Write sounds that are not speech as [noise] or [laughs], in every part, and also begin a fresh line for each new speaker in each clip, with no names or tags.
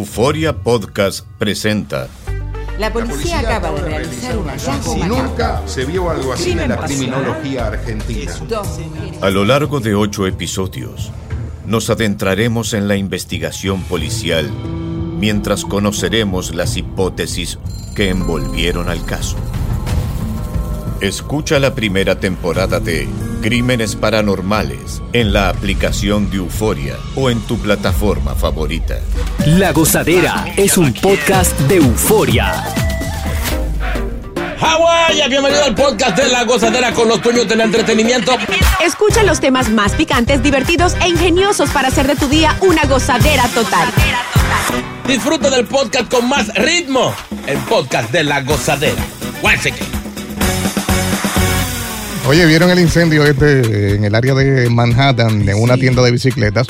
Euforia Podcast presenta
La policía, acaba de realizar un hallazgo
Si
macabro.
nunca se vio algo así en la criminología argentina.
Dos mujeres.
a lo largo de ocho episodios. Nos adentraremos en la investigación policial mientras conoceremos las hipótesis que envolvieron al caso. Escucha la primera temporada de Crímenes Paranormales en la aplicación de Euforia o en tu plataforma favorita.
La Gozadera es un podcast de euforia.
Hawái, bienvenido al podcast de La Gozadera con los puños del entretenimiento.
Escucha los temas más picantes, divertidos e ingeniosos para hacer de tu día una gozadera total.
Disfruta del podcast con más ritmo. El podcast de La Gozadera. Guáchate.
Oye, ¿vieron el incendio este eh, en el área de Manhattan, en una tienda de bicicletas,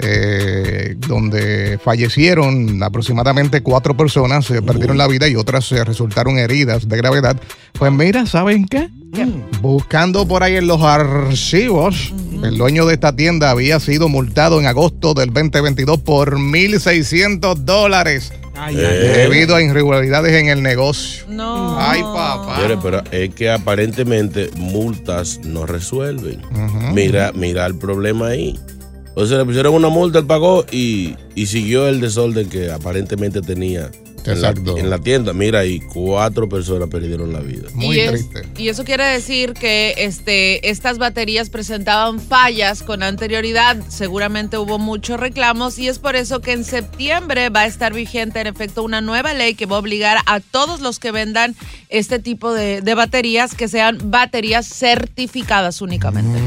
eh, donde fallecieron aproximadamente cuatro personas, se perdieron la vida y otras eh, resultaron heridas de gravedad? Pues mira, ¿saben qué? Buscando por ahí en los archivos, el dueño de esta tienda había sido multado en agosto del 2022 por 1.600 dólares
Eh.
debido a irregularidades en el negocio.
No.
Ay, papá.
Señores, pero es que aparentemente multas no resuelven. Mira, mira el problema ahí. O sea, le pusieron una multa, él pagó y, y siguió el desorden que aparentemente tenía en la,
Exacto.
en la tienda. Mira, y cuatro personas perdieron la vida.
Muy
y, es-
triste.
y eso quiere decir que este, estas baterías presentaban fallas con anterioridad. Seguramente hubo muchos reclamos y es por eso que en septiembre va a estar vigente en efecto una nueva ley que va a obligar a todos los que vendan este tipo de, de baterías que sean baterías certificadas únicamente.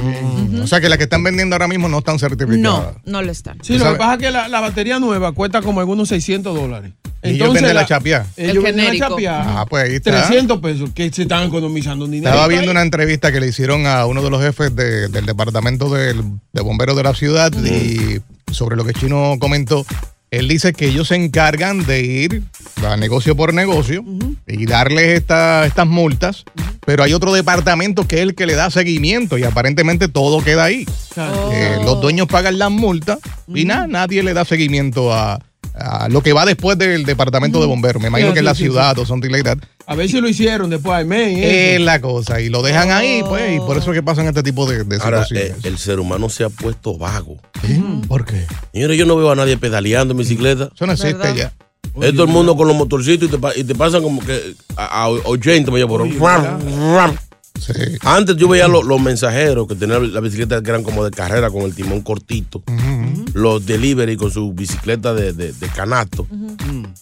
O sea que las que están vendiendo ahora mismo no están Mm, certificadas.
No, no lo están.
¿Tú
Sí, lo que
sabes?
pasa es que la, la batería nueva cuesta como algunos 600 dólares.
Y ellos venden la chapia.
El
Ellos venden la
genérico.
chapia.
Ah, pues ahí está.
300 pesos, que se están economizando dinero.
Estaba viendo una entrevista que le hicieron a uno de los jefes de- del departamento del- de bomberos de la ciudad y sobre lo que Chino comentó. Él dice que ellos se encargan de ir a negocio por negocio y darles esta- estas multas, pero hay otro departamento que es el que le da seguimiento y aparentemente todo queda ahí.
Exacto.
Eh, los dueños pagan las multas y nada, nadie le da seguimiento a, a lo que va después del departamento de bomberos. Me imagino
Sí,
que es
sí,
la
sí,
ciudad o something like that.
A ver si lo hicieron después, ¿eh? ay, men,
Es
eso.
la cosa. Y lo dejan ahí, pues, y por eso es que pasan este tipo de, de
Ahora, eh,
situaciones.
el ser humano se ha puesto vago.
¿Eh? ¿Por qué?
Señores, yo no veo a nadie pedaleando en bicicleta.
Eso no existe
¿Verdad?
ya.
es todo el mundo con los motorcitos y te, pa- y te pasan como que a, a 80 me llevo.
Sí.
Antes yo veía lo- los, mensajeros que tenían la bicicleta que eran como de carrera con el timón cortito, los delivery con su bicicleta de, de- de canasto,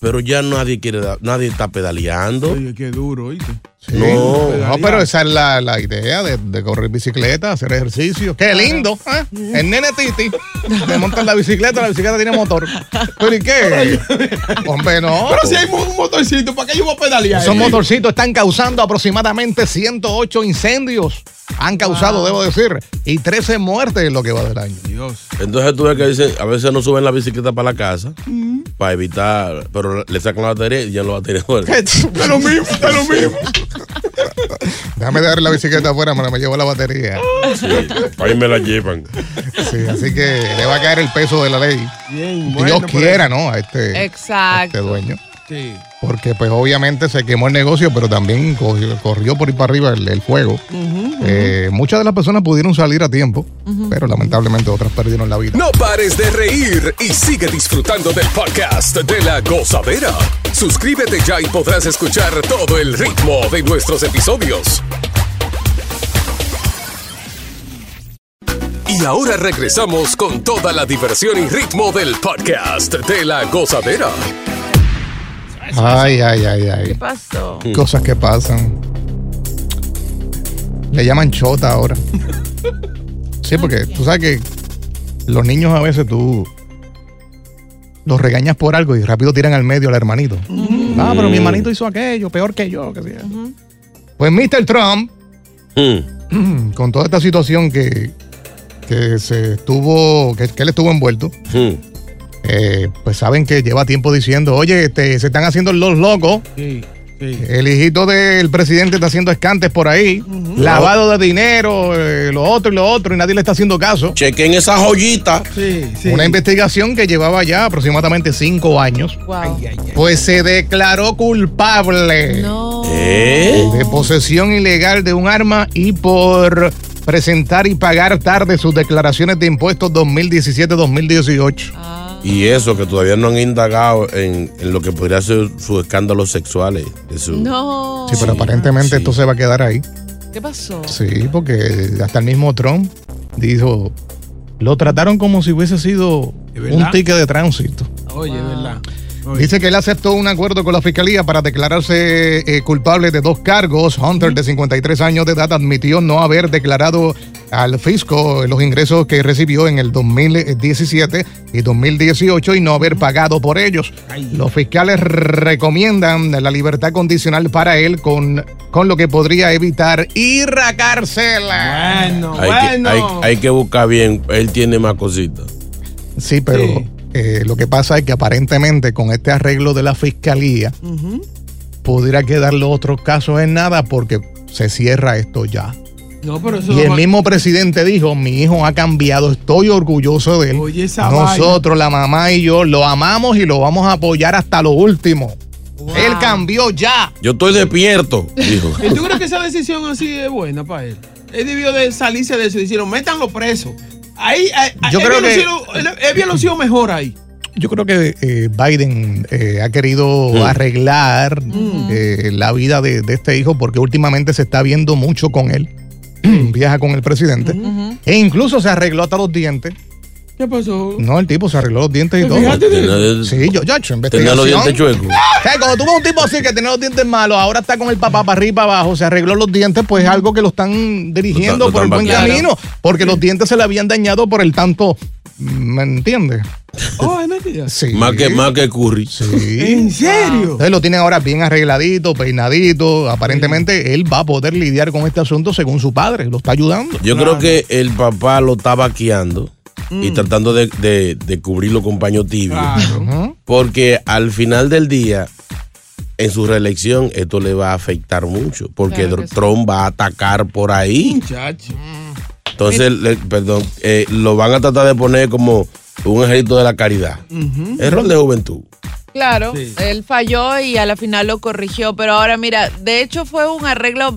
pero ya nadie quiere, dar- nadie está pedaleando.
Oye, qué duro, ¿oíste?
Sí.
No.
No, pero esa es la, la idea de, de correr bicicleta, hacer ejercicio. ¡Qué lindo! ¿eh? El nene Titi te montan la bicicleta, la bicicleta tiene motor. ¿Pero y qué? Hombre, no.
Pero si hay mo- un motorcito, ¿para qué yo voy a pedalear?
Esos
Eh,
motorcitos están causando aproximadamente 108 incendios. Han causado, debo decir, y 13 muertes en lo que va del año.
Dios.
Entonces tú ves que dicen, a veces no suben la bicicleta para la casa para evitar, pero le sacan la batería y ya no la batería vuelve.
Es lo mismo, es lo mismo.
Déjame dejar la bicicleta afuera, me la me llevo la batería.
[laughs] Sí, ahí me la llevan.
Sí, así que le va a caer el peso de la ley.
Bien,
Dios
bueno, pero-
quiera, ¿no? A este, a este
Exacto.
dueño.
Sí.
Porque pues obviamente se quemó el negocio, pero también cogió- corrió por ir para arriba el, el fuego. Eh, muchas de las personas pudieron salir a tiempo, pero lamentablemente otras perdieron la vida.
No pares de reír y sigue disfrutando del podcast de la gozadera. Suscríbete ya y podrás escuchar todo el ritmo de nuestros episodios. Y ahora regresamos con toda la diversión y ritmo del podcast de la gozadera.
Ay, ay, ay, ay.
¿Qué pasó?
Cosas que pasan. Le llaman chota ahora. Sí, porque tú sabes que los niños a veces tú los regañas por algo y rápido tiran al medio al hermanito. Ah, pero mi hermanito hizo aquello, peor que yo, que sea. Pues Mr. Trump,
Mm.
con toda esta situación que, que se estuvo, que, que él estuvo envuelto,
Mm.
eh, pues saben que lleva tiempo diciendo, oye, este, se están haciendo los locos
Sí.
El hijito del presidente está haciendo escantes por ahí, lavado de dinero, eh, lo otro y lo otro, y nadie le está haciendo caso.
Chequen esa joyita.
Una investigación que llevaba ya aproximadamente cinco años. Pues se declaró culpable de posesión ilegal de un arma y por presentar y pagar tarde sus declaraciones de impuestos 2017-2018.
Ah,
Y eso, que todavía no han indagado en, en lo que podría ser sus escándalos sexuales. de su-
No.
Sí, pero aparentemente esto se va a quedar ahí.
¿Qué pasó?
Sí, porque hasta el mismo Trump dijo, lo trataron como si hubiese sido un
verdad?
ticket de tránsito.
Oye, es verdad.
Dice que él aceptó un acuerdo con la fiscalía para declararse eh, culpable de dos cargos. Hunter, de 53 años de edad, admitió no haber declarado al fisco los ingresos que recibió en el 2017 y 2018 y no haber pagado por ellos. Los fiscales recomiendan la libertad condicional para él con, con lo que podría evitar ir a cárcel. Bueno,
Hay, que, hay, hay que buscar bien. Él tiene más cositas.
Sí, pero eh, lo que pasa es que aparentemente con este arreglo de la fiscalía pudiera quedar los otros casos en nada porque se cierra esto ya.
No, pero eso
Y
no
el
va-
mismo presidente dijo, mi hijo ha cambiado, estoy orgulloso de él.
esa
Nosotros, la mamá y yo, lo amamos y lo vamos a apoyar hasta lo último. Él cambió ya.
Yo estoy despierto, dijo.
[laughs] ¿Y tú crees que esa decisión así es buena para él? Él debió de salirse de eso y dijeron, métanlo preso. Ahí, ahí-
Yo
él
creo
hubiera
que-
sido- él- él hubiera sido mejor ahí.
Yo creo que eh, Biden eh, ha querido
Mm.
arreglar eh, la vida de, de este hijo porque últimamente se está viendo mucho con él.
Mm.
Viaja con el presidente. E incluso se arregló hasta los dientes.
¿Qué pasó?
No, el tipo se arregló los dientes y todo.
Fíjate de-
Sí, yo, yo he hecho
Tenía
investigación.
los dientes chuecos.
Eh, Cuando tú ves un tipo así que tiene los dientes malos, ahora está con el papá para arriba y para abajo, se arregló los dientes, pues es algo que lo están dirigiendo
Lo está-
por
lo
el
están
buen
vaqueando.
camino, porque los dientes se le habían dañado por el tanto. ¿Me entiendes?
Oh, es mentira.
Sí.
Más que, más que Curry.
Sí.
¿En serio?
Entonces lo tiene ahora bien arregladito, peinadito. Aparentemente él va a poder lidiar con este asunto según su padre. Lo está ayudando.
Yo creo que el papá lo está vaqueando
Mm.
y tratando de, de- de cubrirlo con paño tibio.
Ujú.
Porque al final del día, en su reelección, esto le va a afectar mucho. Porque
Claro que sí.
Trump va a atacar por ahí.
Muchacho.
Entonces, le- perdón, eh, lo van a tratar de poner como un ejército de la caridad. Error de juventud.
Claro,
Sí.
él falló y a la final lo corrigió, pero ahora mira, de hecho fue un arreglo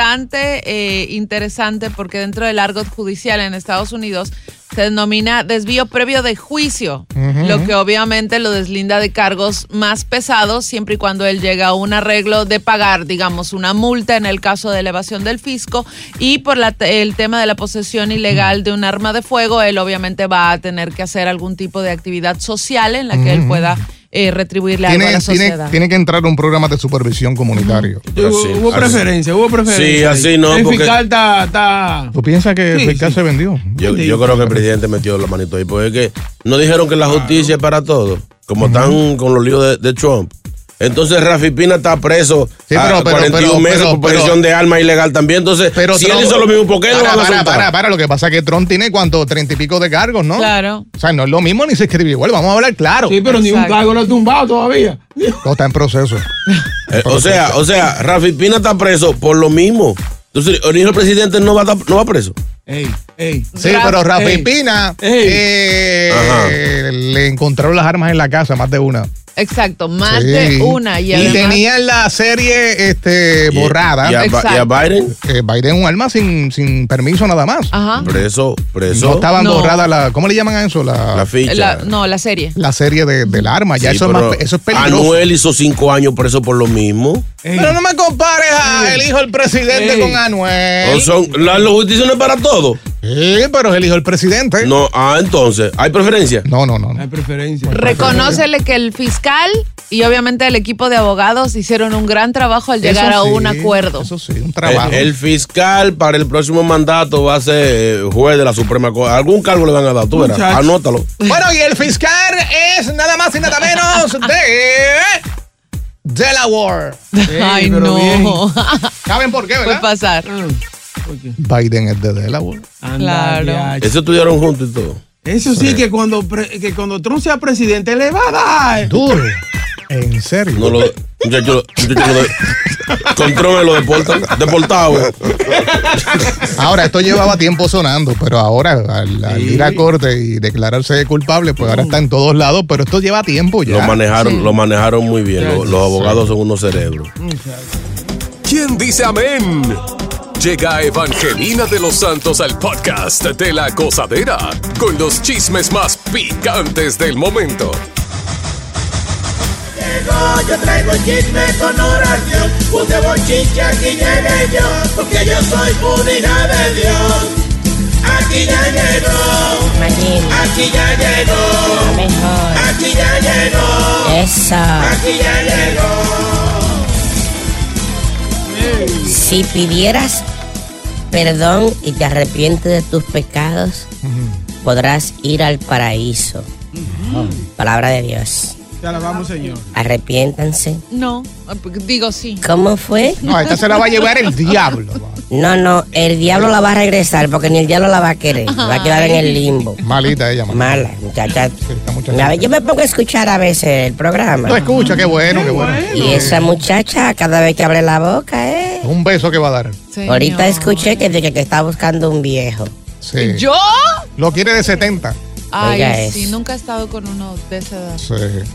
bastante eh, interesante porque dentro del argot judicial en Estados Unidos se denomina desvío previo de juicio,
Ujú.
lo que obviamente lo deslinda de cargos más pesados siempre y cuando él llega a un arreglo de pagar, digamos, una multa en el caso de elevación del fisco y por la te- el tema de la posesión ilegal de un arma de fuego, él obviamente va a tener que hacer algún tipo de actividad social en la que él
Ujú.
pueda eh, retribuirle algo a
Tiene,
la
tiene,
sociedad.
tiene que entrar un programa de supervisión comunitario.
Hubo, hubo preferencia, hubo preferencia.
Sí, así no,
El
porque-
fiscal está- está-
¿Tú piensas que
Sí,
el fiscal se vendió?
Yo, yo creo que el presidente metió la manito ahí. Porque es que no dijeron que la justicia es para todos. Como están con los líos de, de Trump. Entonces Rafi Pina está preso
Sí,
a
pero- pero-
41
pero-
meses
pero-
por posesión
pero-
de arma ilegal también. Entonces,
Pero
si
Trump-
él hizo lo mismo, ¿por qué lo van
para,
a
para,
soltar?
para, para, lo que pasa es que Trump tiene cuánto, treinta y pico de cargos, ¿no?
Claro.
O sea, no es lo mismo ni se escribió igual, vamos a hablar claro.
Sí, pero ni un Exacto. cargo lo ha tumbado todavía.
No está en proceso.
Eh, o sea, o sea, Rafi Pina está preso por lo mismo. Entonces, el hijo del presidente no va, a estar- no va preso.
Ey, ey.
Sí, pero Rafi
Ey.
Pina
Ey.
eh, le encontraron las armas en la casa, más de una.
Exacto, más
Sí.
de una. Y, además-
tenían la serie este, borrada.
y a Ba- y a Biden?
Eh, Biden un arma sin, sin permiso nada más.
Ajá.
Preso, preso.
No estaban
Ah, No.
borradas la. ¿Cómo le llaman a eso? La,
La ficha.
la- no, la serie.
la serie de- del arma. Ya
Sí,
eso, es
pero
más, eso es peligroso.
Anuel hizo cinco años preso por lo mismo.
Pero no me compares a el hijo del presidente
Ey.
con Anuel.
O son, la, la justicia no es para todos.
Sí, pero es el hijo del presidente.
No, ah, entonces, ¿hay preferencia?
No, no, no.
Hay preferencia.
Reconócele que el fiscal y obviamente el equipo de abogados hicieron un gran trabajo al
Eso
llegar a
sí,
un acuerdo. Eso
sí, un
El, el fiscal para el próximo mandato va a ser eh, juez de la Suprema Corte. Algún cargo le van a dar, tú verás.
Muchacho.
Anótalo.
Bueno, y el fiscal es nada más y nada menos de Delaware.
[laughs] Ay, no.
¿Saben por qué,
[laughs] Puede pasar.
Mm.
Biden es de Delaware.
Claro.
Eso estudiaron juntos y todo.
Eso sí, que cuando, pre- que cuando Trump sea presidente le va a dar.
Duro. En serio.
No lo, Muchacho, muchacho, lo de- controle lo deportan. Deportado.
Ahora, esto llevaba tiempo sonando, pero ahora al, al ir a corte y declararse culpable, pues ahora está en todos lados, pero esto lleva tiempo ya.
Lo manejaron, lo manejaron muy bien. Lo- Los, abogados son unos cerebros.
¿Quién dice amén? Em, Llega Evangelina de los Santos al podcast de la gozadera con los chismes más picantes del momento.
yo traigo el chisme con oración. Puse bochinche, aquí llegué yo, porque yo soy una hija de Dios. Aquí ya llegó, aquí ya llegó, aquí ya llegó, aquí ya llegó.
Si pidieras perdón y te arrepientes de tus pecados, podrás ir al paraíso. Palabra de Dios.
Te alabamos, Señor.
Arrepiéntanse.
No, digo sí.
¿Cómo fue?
No, esta se la va a llevar el
diablo.
No, no, el diablo la va a regresar porque ni el diablo la va a querer. Va a quedar en el limbo.
Malita ella,
mala. muchacha. A ver, yo me pongo a escuchar a veces el programa.
Lo escucha, qué bueno, qué bueno.
Y esa muchacha, cada vez que abre la boca, ¿eh?
Un beso que va a dar.
Ahorita escuché que, que, que está buscando un viejo.
Sí.
¿Yo?
Lo quiere de 70.
Ay,
Oiga eso.
sí, nunca he estado con uno de esa edad.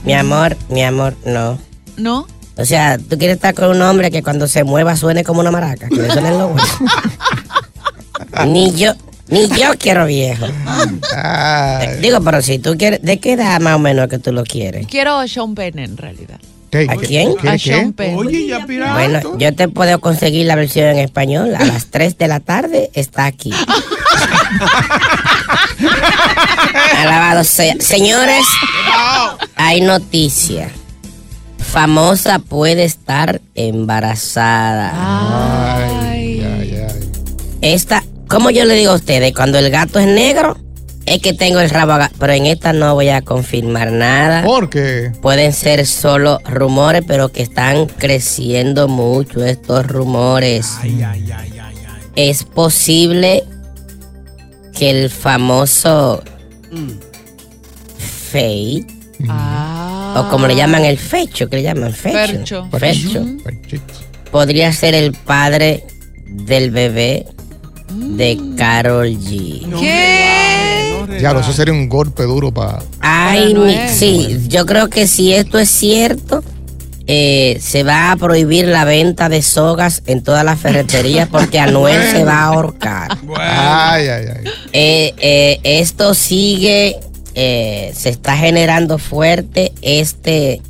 Mi amor, mi amor, no.
¿No?
O sea, tú quieres estar con un hombre que cuando se mueva suene como una maraca. Que le suenen los huesos. ni yo, ni yo quiero viejo. Eh, Digo, pero si tú quieres, ¿de qué edad más o menos que tú lo quieres?
Quiero a Sean Penn en realidad.
¿A quién?
A Sean Penn.
Oye, ya pirata.
Bueno, yo te puedo conseguir la versión en español. A las 3 de la tarde está aquí. Alabado sea. Señores, hay noticia. Famosa puede estar embarazada.
Ah,
Esta, como yo le digo a ustedes, cuando el gato es negro, es que tengo el rabo aga- Pero en esta no voy a confirmar nada.
¿Por qué?
Pueden ser solo rumores, pero que están creciendo mucho estos rumores. Es posible que el famoso fei, o como
ah.
le llaman el fecho, que le llaman fecho,
Fercho.
fecho, podría ser el padre del bebé de Carol G.
Diablo, eso sería un golpe duro para.
Ay,
Para
mi-
Noel.
sí, yo creo que si esto es cierto, eh, se va a prohibir la venta de sogas en todas las ferreterías porque Anuel se va a ahorcar.
Ay, ay, ay.
Eh, eh, esto sigue, eh, se está generando fuerte este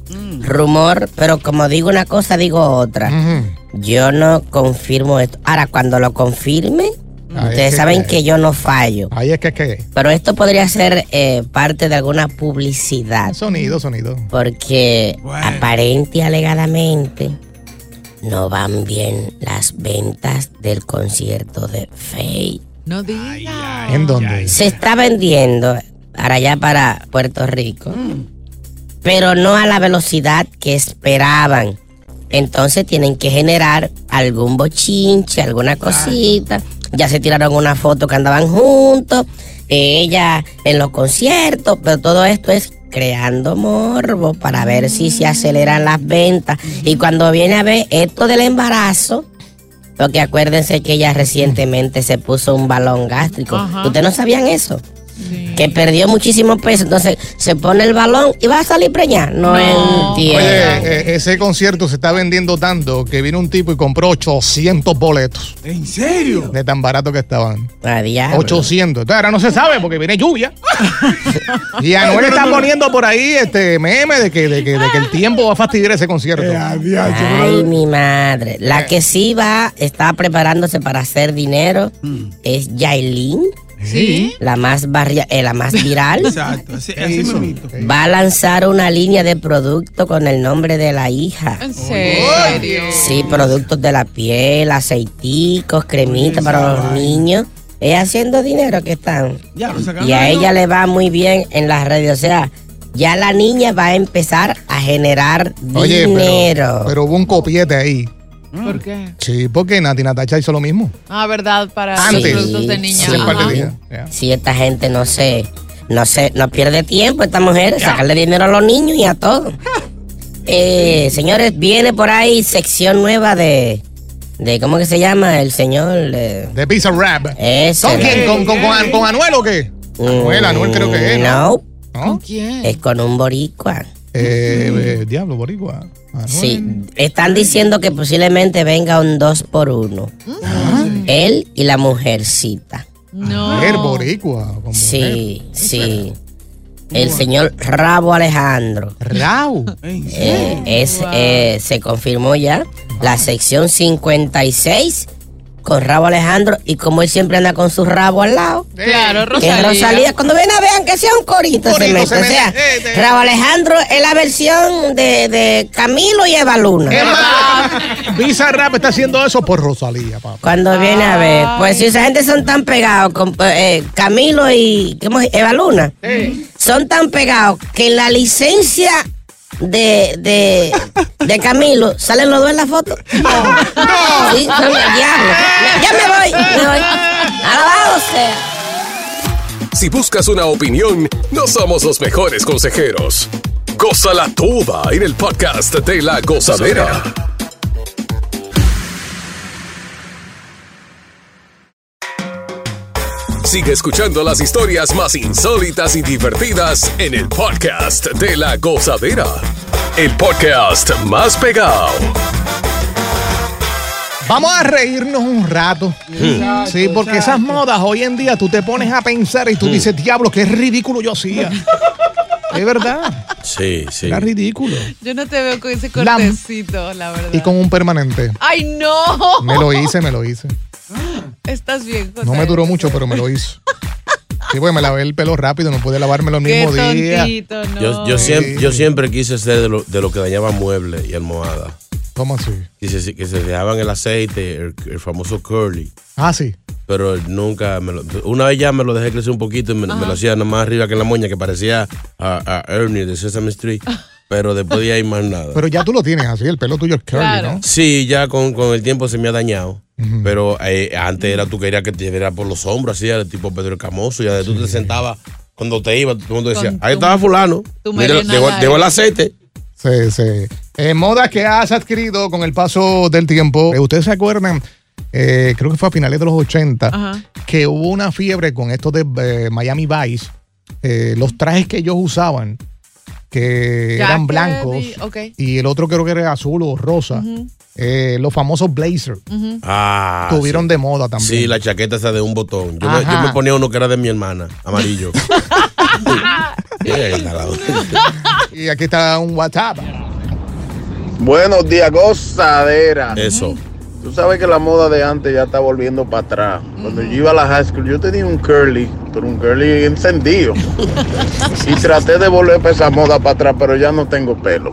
rumor, pero como digo una cosa, digo otra. Yo no confirmo esto. Ahora, cuando lo confirme,
Ahí es
ustedes
que
saben
cae.
que yo no fallo.
Ahí es que que.
Pero esto podría ser eh, parte de alguna publicidad.
Sonido, sonido.
Porque aparente y alegadamente no van bien las ventas del concierto de Faye.
No digas.
¿En dónde?
Se está vendiendo para allá, para Puerto Rico, pero no a la velocidad que esperaban. Entonces tienen que generar algún bochinche, alguna cosita. Ya se tiraron una foto que andaban juntos, eh, ella en los conciertos, pero todo esto es creando morbo para ver si se aceleran las ventas. Y cuando viene a ver esto del embarazo, porque acuérdense que ella recientemente se puso un balón gástrico.
Ajá.
¿Ustedes no sabían eso? Que perdió muchísimo peso, entonces se pone el balón y va a salir preñada. No, entiendo.
Oye, eh, ese concierto se está vendiendo tanto que vino un tipo y compró 800 boletos. ¿En serio? De tan barato que estaban.
A diablo.
800. Entonces, ahora no se sabe porque viene lluvia.
[laughs]
y Anuel está poniendo por ahí este meme de que, de que, de que el tiempo va a fastidiar ese concierto.
Ay, mi madre. La que sí va, está preparándose para hacer dinero es Yailin.
Sí.
La más barria, eh, la más [laughs] viral.
Exacto, así, así me mito.
Va a lanzar una línea de producto con el nombre de la hija.
¿En serio?
Sí, productos de la piel, aceiticos, cremitas para los niños. Es haciendo dinero que están.
Ya, lo sacaron.
Y a
algo.
ella le va muy bien en las redes. O sea, ya la niña va a empezar a generar
Oye,
dinero.
pero, pero hubo un copiete ahí.
¿Por qué?
Sí, porque Nati Natacha hizo lo mismo.
Ah, ¿verdad? Para
Antes.
los productos de niña.
Sí.
Ajá.
Si esta gente no se, no se, no pierde tiempo, esta mujer, sacarle dinero a los niños y a todo. Eh, señores, viene por ahí sección nueva de. de ¿Cómo que se llama? El señor. eh, De,
Pizza Rap.
Ese.
¿Con quién? ¿Con, con,
Eh.
con, con Anuel o qué? Anuel, Anuel creo que es,
No.
¿no?
¿Con quién?
Es con un boricua.
Eh, eh, diablo, boricua.
Sí, están diciendo que posiblemente venga un dos por uno. Él y la mujercita.
Ah,
No.
Mujer boricua.
Sí, sí. El señor Rabo Alejandro.
[laughs]
Rabo.
Eh, es, eh, se confirmó ya la sección 56 con Rabo Alejandro y como él siempre anda con su rabo al lado.
Claro,
Que
Rosalía.
Rosalía, cuando ven a vean que sea un corito,
Corito
se mete.
se
o sea,
Eh,
Rabo Alejandro es la versión de, de Camilo y Eva Luna.
[laughs]
Pizza Rap está haciendo eso por Rosalía, papá.
Cuando viene a ver, pues si esa gente son tan pegados, con, eh, Camilo y ¿cómo es? Eva Luna, son tan pegados que en la licencia de, de, de Camilo salen los dos en la foto. Sí, son el diablo. Me- Ya me voy, me voy.
Ah,
Alabado sea.
Si buscas una opinión, no somos los mejores consejeros. Goza la tuba en el podcast de la gozadera. Sigue escuchando las historias más insólitas y divertidas en el podcast de la gozadera. El podcast más pegado.
Vamos a reírnos un rato.
Mm.
Exacto,
sí, porque esas modas hoy en día tú te pones a pensar
Mm.
y tú dices, diablo, qué ridículo yo
[laughs]
hacía. es verdad,
Sí, sí.
era ridículo.
Yo no te veo con ese cortecito, la verdad.
Y con un permanente.
¡Ay, no!
Me lo hice, me lo hice.
Estás bien, José.
No me duró mucho, pero me lo hice. Sí, porque me lavé el pelo rápido, no pude lavármelo el
Qué
mismo día.
tontito, no.
Yo, yo, siempre, yo siempre quise ser de lo, de lo que dañaba muebles y almohadas.
¿Cómo así?
Que se, que se dejaban el aceite, el, el famoso curly.
Ah, sí.
Pero nunca me lo, Una vez ya me lo dejé crecer un poquito y me, me
Ajá.
lo hacía nomás arriba que en la moña, que parecía a, a Ernie de Sesame
[laughs]
Street. Pero después de ahí más nada.
Pero ya tú lo tienes así, el pelo tuyo es curly, ¿no?
Sí, ya con, con el tiempo se me ha dañado. Pero eh, antes era tú querías que te llevara por los hombros, así, era tipo Pedro Camoso. Y tú te sentabas cuando te ibas, todo el mundo decía,
Con
ahí estaba fulano.
tu
Mira,
melena
llegó,
larga.
llegó el aceite.
Sí, sí. Eh, modas que has adquirido con el paso del tiempo. Eh, Ustedes se acuerdan, eh, creo que fue a finales de los 80, que hubo una fiebre con esto de eh, Miami Vice. Eh, los trajes que ellos usaban, que
Ya
eran
que
blancos,
di- ok.
y el otro creo que era azul o rosa. Eh, los famosos blazers
Ujú.
Ah,
tuvieron
sí.
de moda también.
Sí, la chaqueta esa de un botón. Yo me, yo
Ajá.
me ponía uno que era de mi hermana, [laughs] amarillo. Eh, nada.
[laughs] Y aquí está un WhatsApp.
Buenos días, gozadera.
Eso.
Tú sabes que la moda de antes ya está volviendo para atrás. Cuando yo iba a la high school, yo tenía un curly, pero un curly encendido. y traté de volver para esa moda para atrás, pero ya no tengo pelo.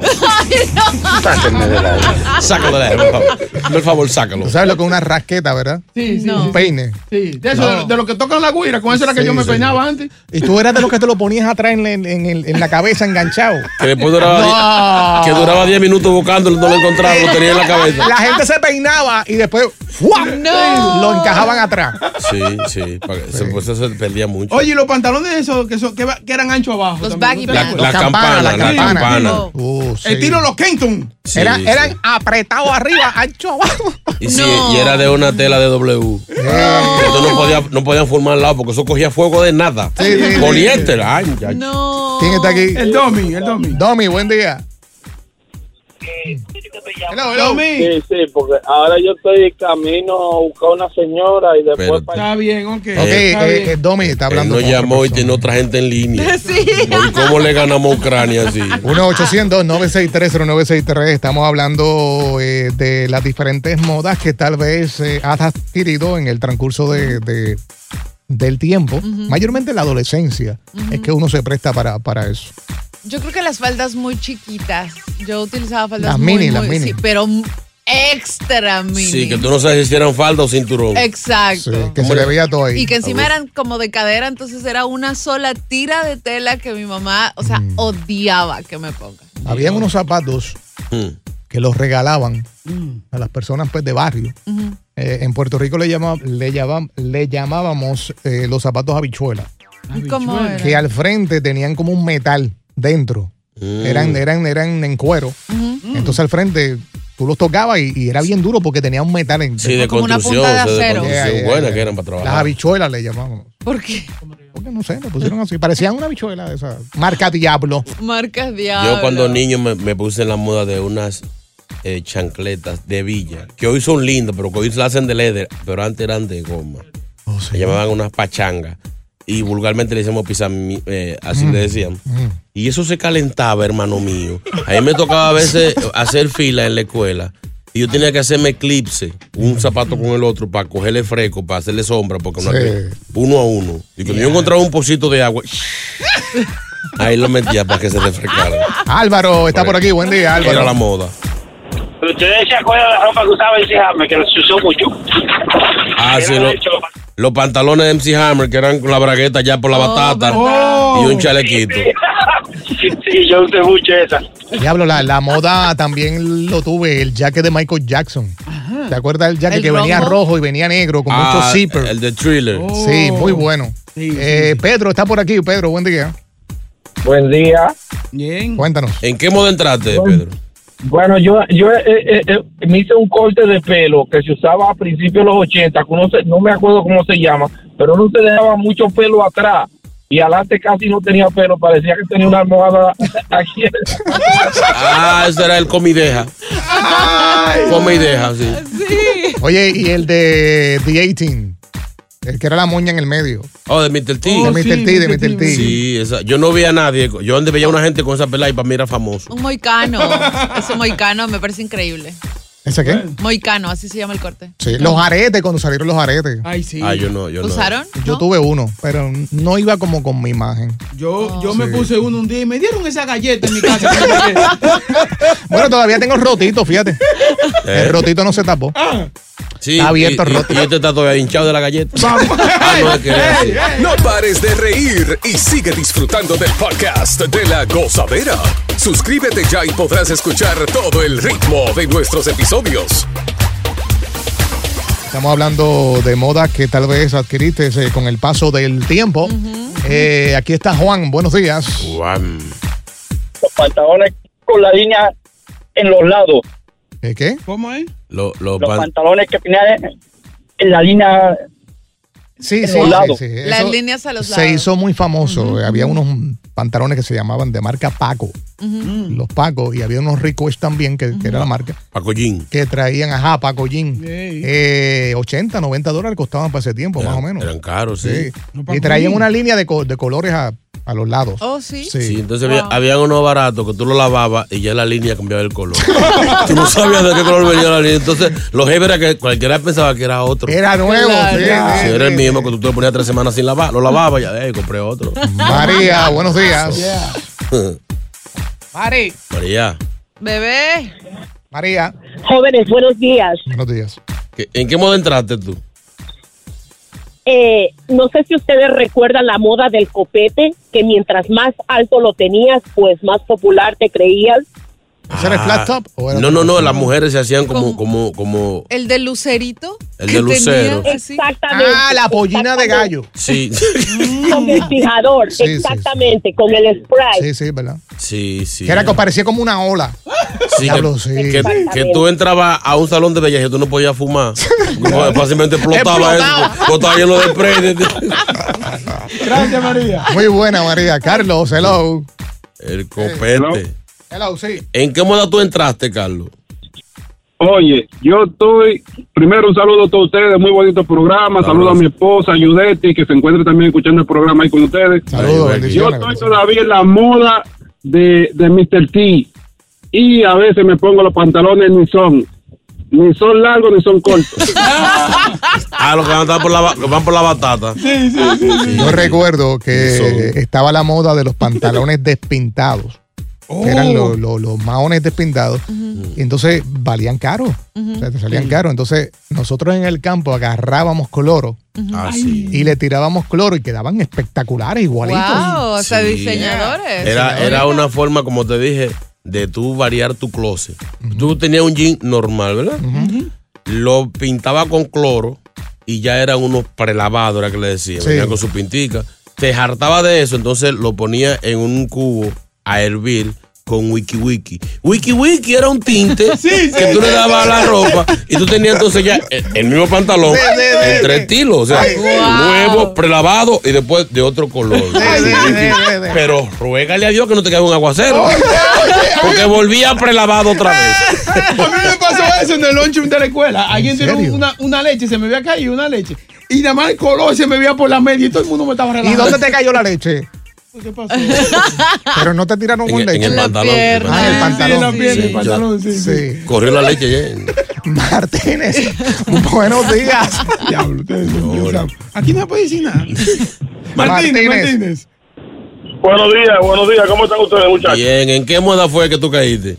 Sáquenme de la vida.
sácalo de ahí, por favor. Hazme el favor, sácalo.
Tú sabes lo que es una rasqueta, ¿verdad?
Sí, sí.
Un peine.
Sí, de eso, de, lo- de lo que tocan la guira, con eso era que
Sí,
yo me
sí.
peinaba antes.
Y tú eras de los que te lo ponías atrás en, en- en el- en la cabeza
[laughs]
enganchado.
Que después duraba,
Ah.
No.
die- que duraba 10 minutos buscándolo, no lo encontraba, lo tenía en la [laughs] cabeza.
La gente se peinaba y después ¡fua! lo encajaban atrás.
Sí, sí. pa' que- se- Pues eso se perdía mucho.
Oye, y los pantalones esos que, son- que, va- que eran anchos abajo. Los baggy
La, la campana, la campana.
Uh,
El tiro los Kenton.
Sí, Era- sí. eran
apretados arriba,
[laughs]
anchos abajo.
Y, sí, y era de una tela de W.
Eh,
Entonces no podían no podía formar lado porque eso cogía fuego de nada. Poliéster. Ay, muchacho.
¿Quién está aquí?
El Domi, el Domi.
Domi, buen día. Hello, hello.
Sí, sí, porque ahora yo estoy camino a buscar una señora y después para...
Está bien, ok.
Ok, eh, eh, Domi está
Él
hablando.
nos llamó y tiene otra gente en línea. ¿Y cómo le ganamos a Ucrania así?
1-800-963-0963. Estamos hablando eh, de las diferentes modas que tal vez eh, has adquirido en el transcurso de, de- del tiempo, mayormente en la adolescencia. Es que uno se presta para, para eso. eh,
Yo creo que las faldas muy chiquitas. Yo utilizaba faldas
Las
muy,
mini, las
muy-
mini.
sí, pero m- extra mini.
Sí, que tú no sabes si eran falda o cinturón.
Eh, Exacto.
que se le veía todo ahí.
Y que encima eran como de cadera, entonces era una sola tira de tela que mi mamá, o sea,
Mm.
odiaba que me ponga.
Habían unos zapatos
Mm,
que los regalaban a las personas pues, de barrio.
Ujú.
Eh, en Puerto Rico le, llama- le, llama- le llamábamos eh, los zapatos habichuela,
¿Y cómo era?
que al frente tenían como un metal dentro.
mm.
Eran, eran, eran en cuero. Entonces al frente tú los tocabas y, y era bien duro porque tenía un metal en
Sí, de construcción, o sea, de construcción
Yeah, yeah,
buena
yeah.
que eran para
Las
trabajar.
habichuelas le llamábamos.
¿Por qué?
Porque no sé, le pusieron así. Parecían una habichuela de esas. Marca Diablo.
Marcas diablo.
Yo cuando niño me, me puse en la moda de unas eh, chancletas de villa, que hoy son lindas, pero que hoy se hacen de leather, pero antes eran de goma. Se llamaban unas pachangas. Y vulgarmente le decíamos pisami, eh, así le decían. Y eso se calentaba, hermano mío. A mí me tocaba a veces hacer fila en la escuela. Y yo tenía que hacerme eclipse, un zapato con el otro, para cogerle fresco, para hacerle sombra, porque no
Sí.
había- uno a uno. Y cuando yo encontraba un pocito de agua, [laughs] ahí lo metía para que se refrescara.
Álvaro está por aquí. Buen día, Álvaro.
Era la moda.
Pero ustedes se acuerdan de la ropa que usaba MC Hammer, que se usó mucho.
Ah, sí, lo- los pantalones de MC Hammer, que eran con la bragueta ya por la batata y un chalequito.
[laughs] Sí, yo usé mucho esa.
Diablo, la, la moda también lo tuve, el jacket de Michael Jackson. ¿Te acuerdas del jacket
¿El
que venía
rojo?
rojo y venía negro con
Ah,
muchos zippers?
El de thriller.
Oh,
Sí,
Oh.
muy bueno. Eh, Pedro está por aquí. Pedro, buen día.
Buen día.
Bien.
Cuéntanos.
¿En qué moda entraste, Pedro?
Bueno, yo, yo eh, eh, eh, me hice un corte de pelo que se usaba a principios de los 80, que uno se- no me acuerdo cómo se llama, pero uno se dejaba mucho pelo atrás y adelante casi no tenía pelo, parecía que tenía una almohada [laughs] aquí.
Ah, ese era el comideja. Comideja, sí.
Oye, y el de The 18, el que era la moña en el medio.
Oh, de Mr. T.
De Mr. T, de Mr. T.
Sí, esa- yo no veía a nadie. Yo donde veía a una gente con esa pelada y para mí era famoso.
Un moicano. Ese moicano me parece increíble.
¿Ese qué?
Moicano, así se llama el corte.
Sí, los aretes, cuando salieron los aretes.
Ay, sí.
Ah, yo no, yo no.
¿Usaron?
Yo tuve uno, pero no iba como con mi imagen.
Yo, yo me puse uno un día y me dieron esa galleta en mi casa. [laughs]
Bueno, todavía tengo el rotito, fíjate. El rotito no se tapó.
Sí,
Está abierto
y-
el
y-
roto.
Y este está todavía hinchado de la galleta. Ah, no, es que era así.
No pares de reír y sigue disfrutando del podcast de la gozadera. Suscríbete ya y podrás escuchar todo el ritmo de nuestros episodios.
Estamos hablando de modas que tal vez adquiriste eh, con el paso del tiempo. Eh, aquí está Juan, buenos días.
Juan.
Los pantalones con la línea en los lados.
¿Eh, ¿Qué?
¿Cómo es?
Lo- lo
Los
pan-
pantalones que tenían en la línea
Sí,
en
sí,
los
sí,
lados.
sí.
Las
Eso
líneas a los
Se
lados.
hizo muy famoso. Había unos pantalones que se llamaban de marca Paco,
Ujú.
los Paco, y había unos Ricos también, que, que era la marca,
Paco Jean.
que traían, ajá, Paco Jean. Eh, 80, 90 dólares costaban para ese tiempo, más o menos.
Eran caros, sí.
Sí. Y traían una línea de, co- de colores a, a los lados.
Oh, sí.
Sí, entonces había, habían unos baratos que tú lo lavabas y ya la línea cambiaba el color. [laughs] tú no sabías de qué color venía la línea. Entonces, los jefes era que cualquiera pensaba que era otro.
Era nuevo, Claro. sí,
Si era el mismo que tú te lo ponías tres semanas sin lavar, lo lavabas y ya, eh, compré otro. [laughs]
María, buenos días.
Pare.
María,
Bebé.
María.
Jóvenes, buenos días.
Buenos días.
¿qué- ¿en qué moda entraste tú?
Eh, no sé si ustedes recuerdan la moda del copete, que mientras más alto lo tenías, pues más popular te creías.
era el
Ah,
flat top o era
No, no,
otro?
no,
Eh.
las mujeres se hacían como, como, como
El de Lucerito.
el de lucero.
Exactamente.
Ah, la pollina de gallo.
Sí, [laughs]
Con el fijador, exactamente, con el spray.
Sí, sí, ¿verdad?
sí, sí.
Que era que parecía como una ola.
Sí,
Diablo,
que,
sí.
que- que tú entrabas a un salón de belleza y tú no podías fumar.
[laughs]
No, fácilmente explotaba
Explotaba.
eso. Explotaba lleno de spray.
[laughs]
de-
Gracias, María. Muy buena, María. Carlos, hello.
El copete.
Hello, sí.
¿En qué moda tú entraste, Carlos?
Oye, yo estoy. Primero, un saludo a todos ustedes. Muy bonito programa. Saludo a mi esposa, Yudetti, que se encuentra también escuchando el programa ahí con ustedes. yo estoy todavía en la moda de, de Mr. T. Y a veces me pongo los pantalones ni son. Ni son largos ni son cortos.
Ah, los que van, a estar por la, ba- que van por la batata.
Sí, sí,
Yo recuerdo que estaba la moda de los pantalones despintados.
Oh.
que
Oh.
eran los, los- los maones despintados. Y entonces valían caro. O sea, te salían caro. Entonces, nosotros en el campo agarrábamos cloro.
Ah,
Y le tirábamos cloro y quedaban espectaculares, igualitos.
Wow, o sea, diseñadores.
Era, era una forma, como te dije, de tú variar tu closet. Tú tenías un jean normal, ¿verdad? Lo pintaba con cloro y ya eran unos prelavados, era que le decía.
Sí.
Venía con su pintica. Te hartaba de eso, entonces lo ponía en un cubo a hervir con Wiki Wiki. Wiki Wiki era un
[laughs]
tinte
sí,
que tú le
sí,
dabas
sí.
a la ropa y tú tenías entonces ya el, el mismo pantalón
Sí, sí, sí,
en tres estilos, o sea,
Ay, sí.
nuevo, prelavado y después de otro color. Pero ruégale a Dios que no te caiga un aguacero. [laughs] Porque volvía prelavado otra vez.
Ah,
A mí me pasó eso en el lunchroom de la escuela. Alguien tiró una, una leche, se me había caído una leche. Y nada más el color se me veía por la media y todo el mundo me estaba
¿Y
relajando.
dónde te cayó la leche?
¿Qué pasó?
Pero no te tiraron
En
un
el-
leche.
en el En la pantalón. pierna.
Ah, en el
Sí, en la
pantalón.
pierna, en el pantalón, sí, sí.
Corrió la leche ya.
[laughs] Martínez, buenos días.
Aquí no se
[laughs]
puede decir nada. Martínez, Martínez.
Buenos días, buenos días. ¿Cómo están ustedes, muchachos?
Bien, ¿en qué moda fue que tú caíste?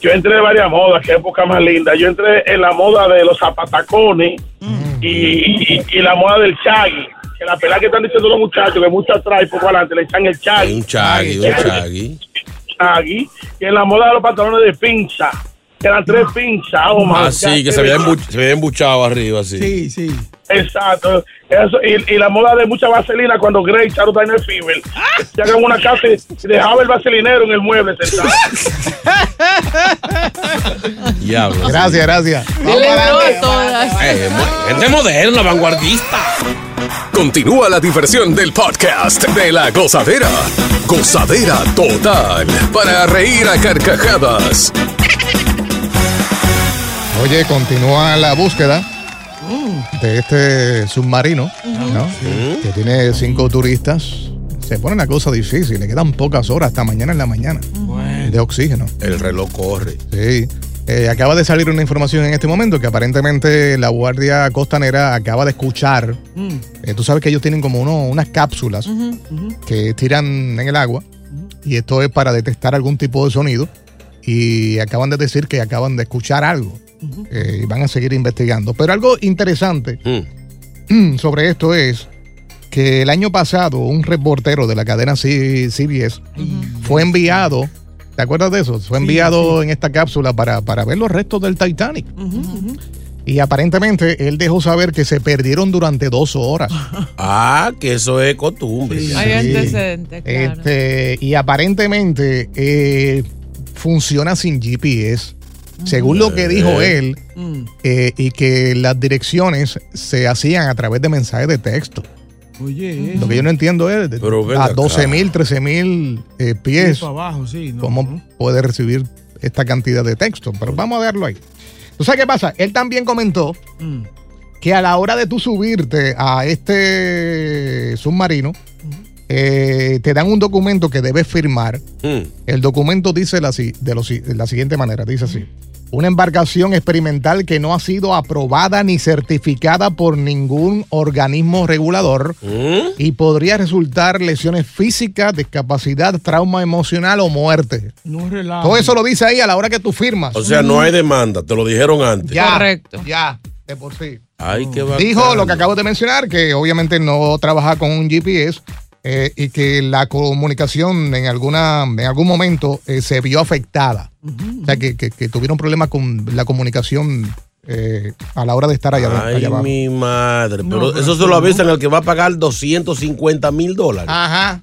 Yo entré en varias modas, qué época más linda. Yo entré en la moda de los zapatacones
Mm.
y, y- y la moda del chagui. Que la pelada que están diciendo los muchachos, que mucho atrás y poco adelante, le echan el chagui.
Un chagui, un chagui.
Chagui. Y en la moda de los pantalones de pinza, que eran tres pinzas. Oh, my
Así
God,
Ah. que
qué
se había,
belleza.
embuch- se había embuchado arriba, así.
Sí, sí.
Exacto. Eso, y, y la moda de mucha vaselina cuando Grey Charo está en el fever. Se hagan una casa y dejaba el vaselinero en el mueble sentado.
Diablo.
Gracias, gracias.
Eh, gente moderna, vanguardista.
Continúa la diversión del podcast de la gozadera. Gozadera total. Para reír a carcajadas.
Oye, continúa la búsqueda de este submarino, ¿no? Que tiene cinco turistas. Se pone una cosa difícil, le quedan pocas horas, hasta mañana en la mañana, de oxígeno.
El reloj corre.
Sí. Eh, acaba de salir una información en este momento que aparentemente la Guardia Costanera acaba de escuchar. Eh, tú sabes que ellos tienen como uno- unas cápsulas que tiran en el agua y esto es para detectar algún tipo de sonido y acaban de decir que acaban de escuchar algo Eh, y van a seguir investigando. Pero algo interesante [clears throat] sobre esto es que el año pasado un reportero de la cadena C- CBS fue enviado, ¿te acuerdas de eso? Fue enviado en esta cápsula para, para ver los restos del Titanic. Y aparentemente él dejó saber que se perdieron durante dos horas.
Ah, que eso es costumbre.
Hay
Sí.
antecedentes, claro.
Este, y aparentemente eh, funciona sin GPS. Según lo que dijo
Eh.
él,
Mm.
eh, y que las direcciones se hacían a través de mensajes de texto.
Oye,
Lo que yo no entiendo es de-
Pero ven
a
acá.
12 mil, 13 mil eh, pies.
para abajo, sí. No.
¿Cómo puede recibir esta cantidad de texto? Pero vamos a verlo ahí. ¿Tú sabes qué pasa? Él también comentó
Mm.
que a la hora de tú subirte a este submarino, eh, te dan un documento que debes firmar.
Mm,
El documento dice la, si- de, lo si- de la siguiente manera, dice así. Una embarcación experimental que no ha sido aprobada ni certificada por ningún organismo regulador
mm.
y podría resultar lesiones físicas, discapacidad, trauma emocional o muerte.
No relajo.
Todo eso lo dice ahí a la hora que tú firmas.
O sea, no hay demanda, te lo dijeron antes.
Ya, Correcto. Ya, de por sí.
Ay, qué bacano.
Dijo lo que acabo de mencionar, que obviamente no trabaja con un GPS eh, y que la comunicación en, alguna, en algún momento eh, se vio afectada. O sea, que, que- que tuvieron problemas con la comunicación eh, a la hora de estar allá, ade-
Ay,
allá abajo.
mi madre.
No,
Pero
pero
eso se
tú
lo
no. Ah.
avisan al que va a pagar 250 mil dólares.
Ajá.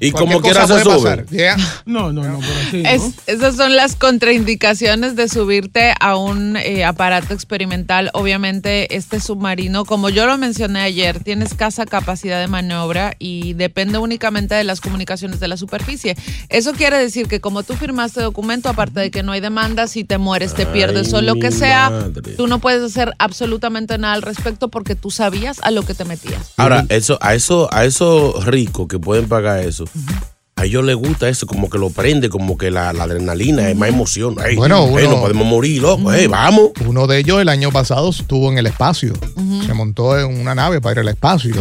Y
Cualquier
como quiera
cosa
se
puede
sube.
pasar. Yeah.
No, no, no, pero sí.
Es- esas son las contraindicaciones de subirte a un eh, aparato experimental. Obviamente, este submarino, como yo lo mencioné ayer, tiene escasa capacidad de maniobra y depende únicamente de las comunicaciones de la superficie. Eso quiere decir que como tú firmaste documento, aparte de que no hay demanda, si te mueres, te pierdes o lo
mi
que sea,
madre.
tú no puedes hacer absolutamente nada al respecto porque tú sabías a lo que te metías.
Ahora, eso, a eso, a esos ricos que pueden pagar eso, a ellos les gusta eso, como que lo prende, como que la, la adrenalina es más emoción. Ay,
Bueno,
ay,
uno-
no podemos morir, loco, ay, vamos.
Uno de ellos el año pasado estuvo en el espacio. Se montó en una nave para ir al espacio.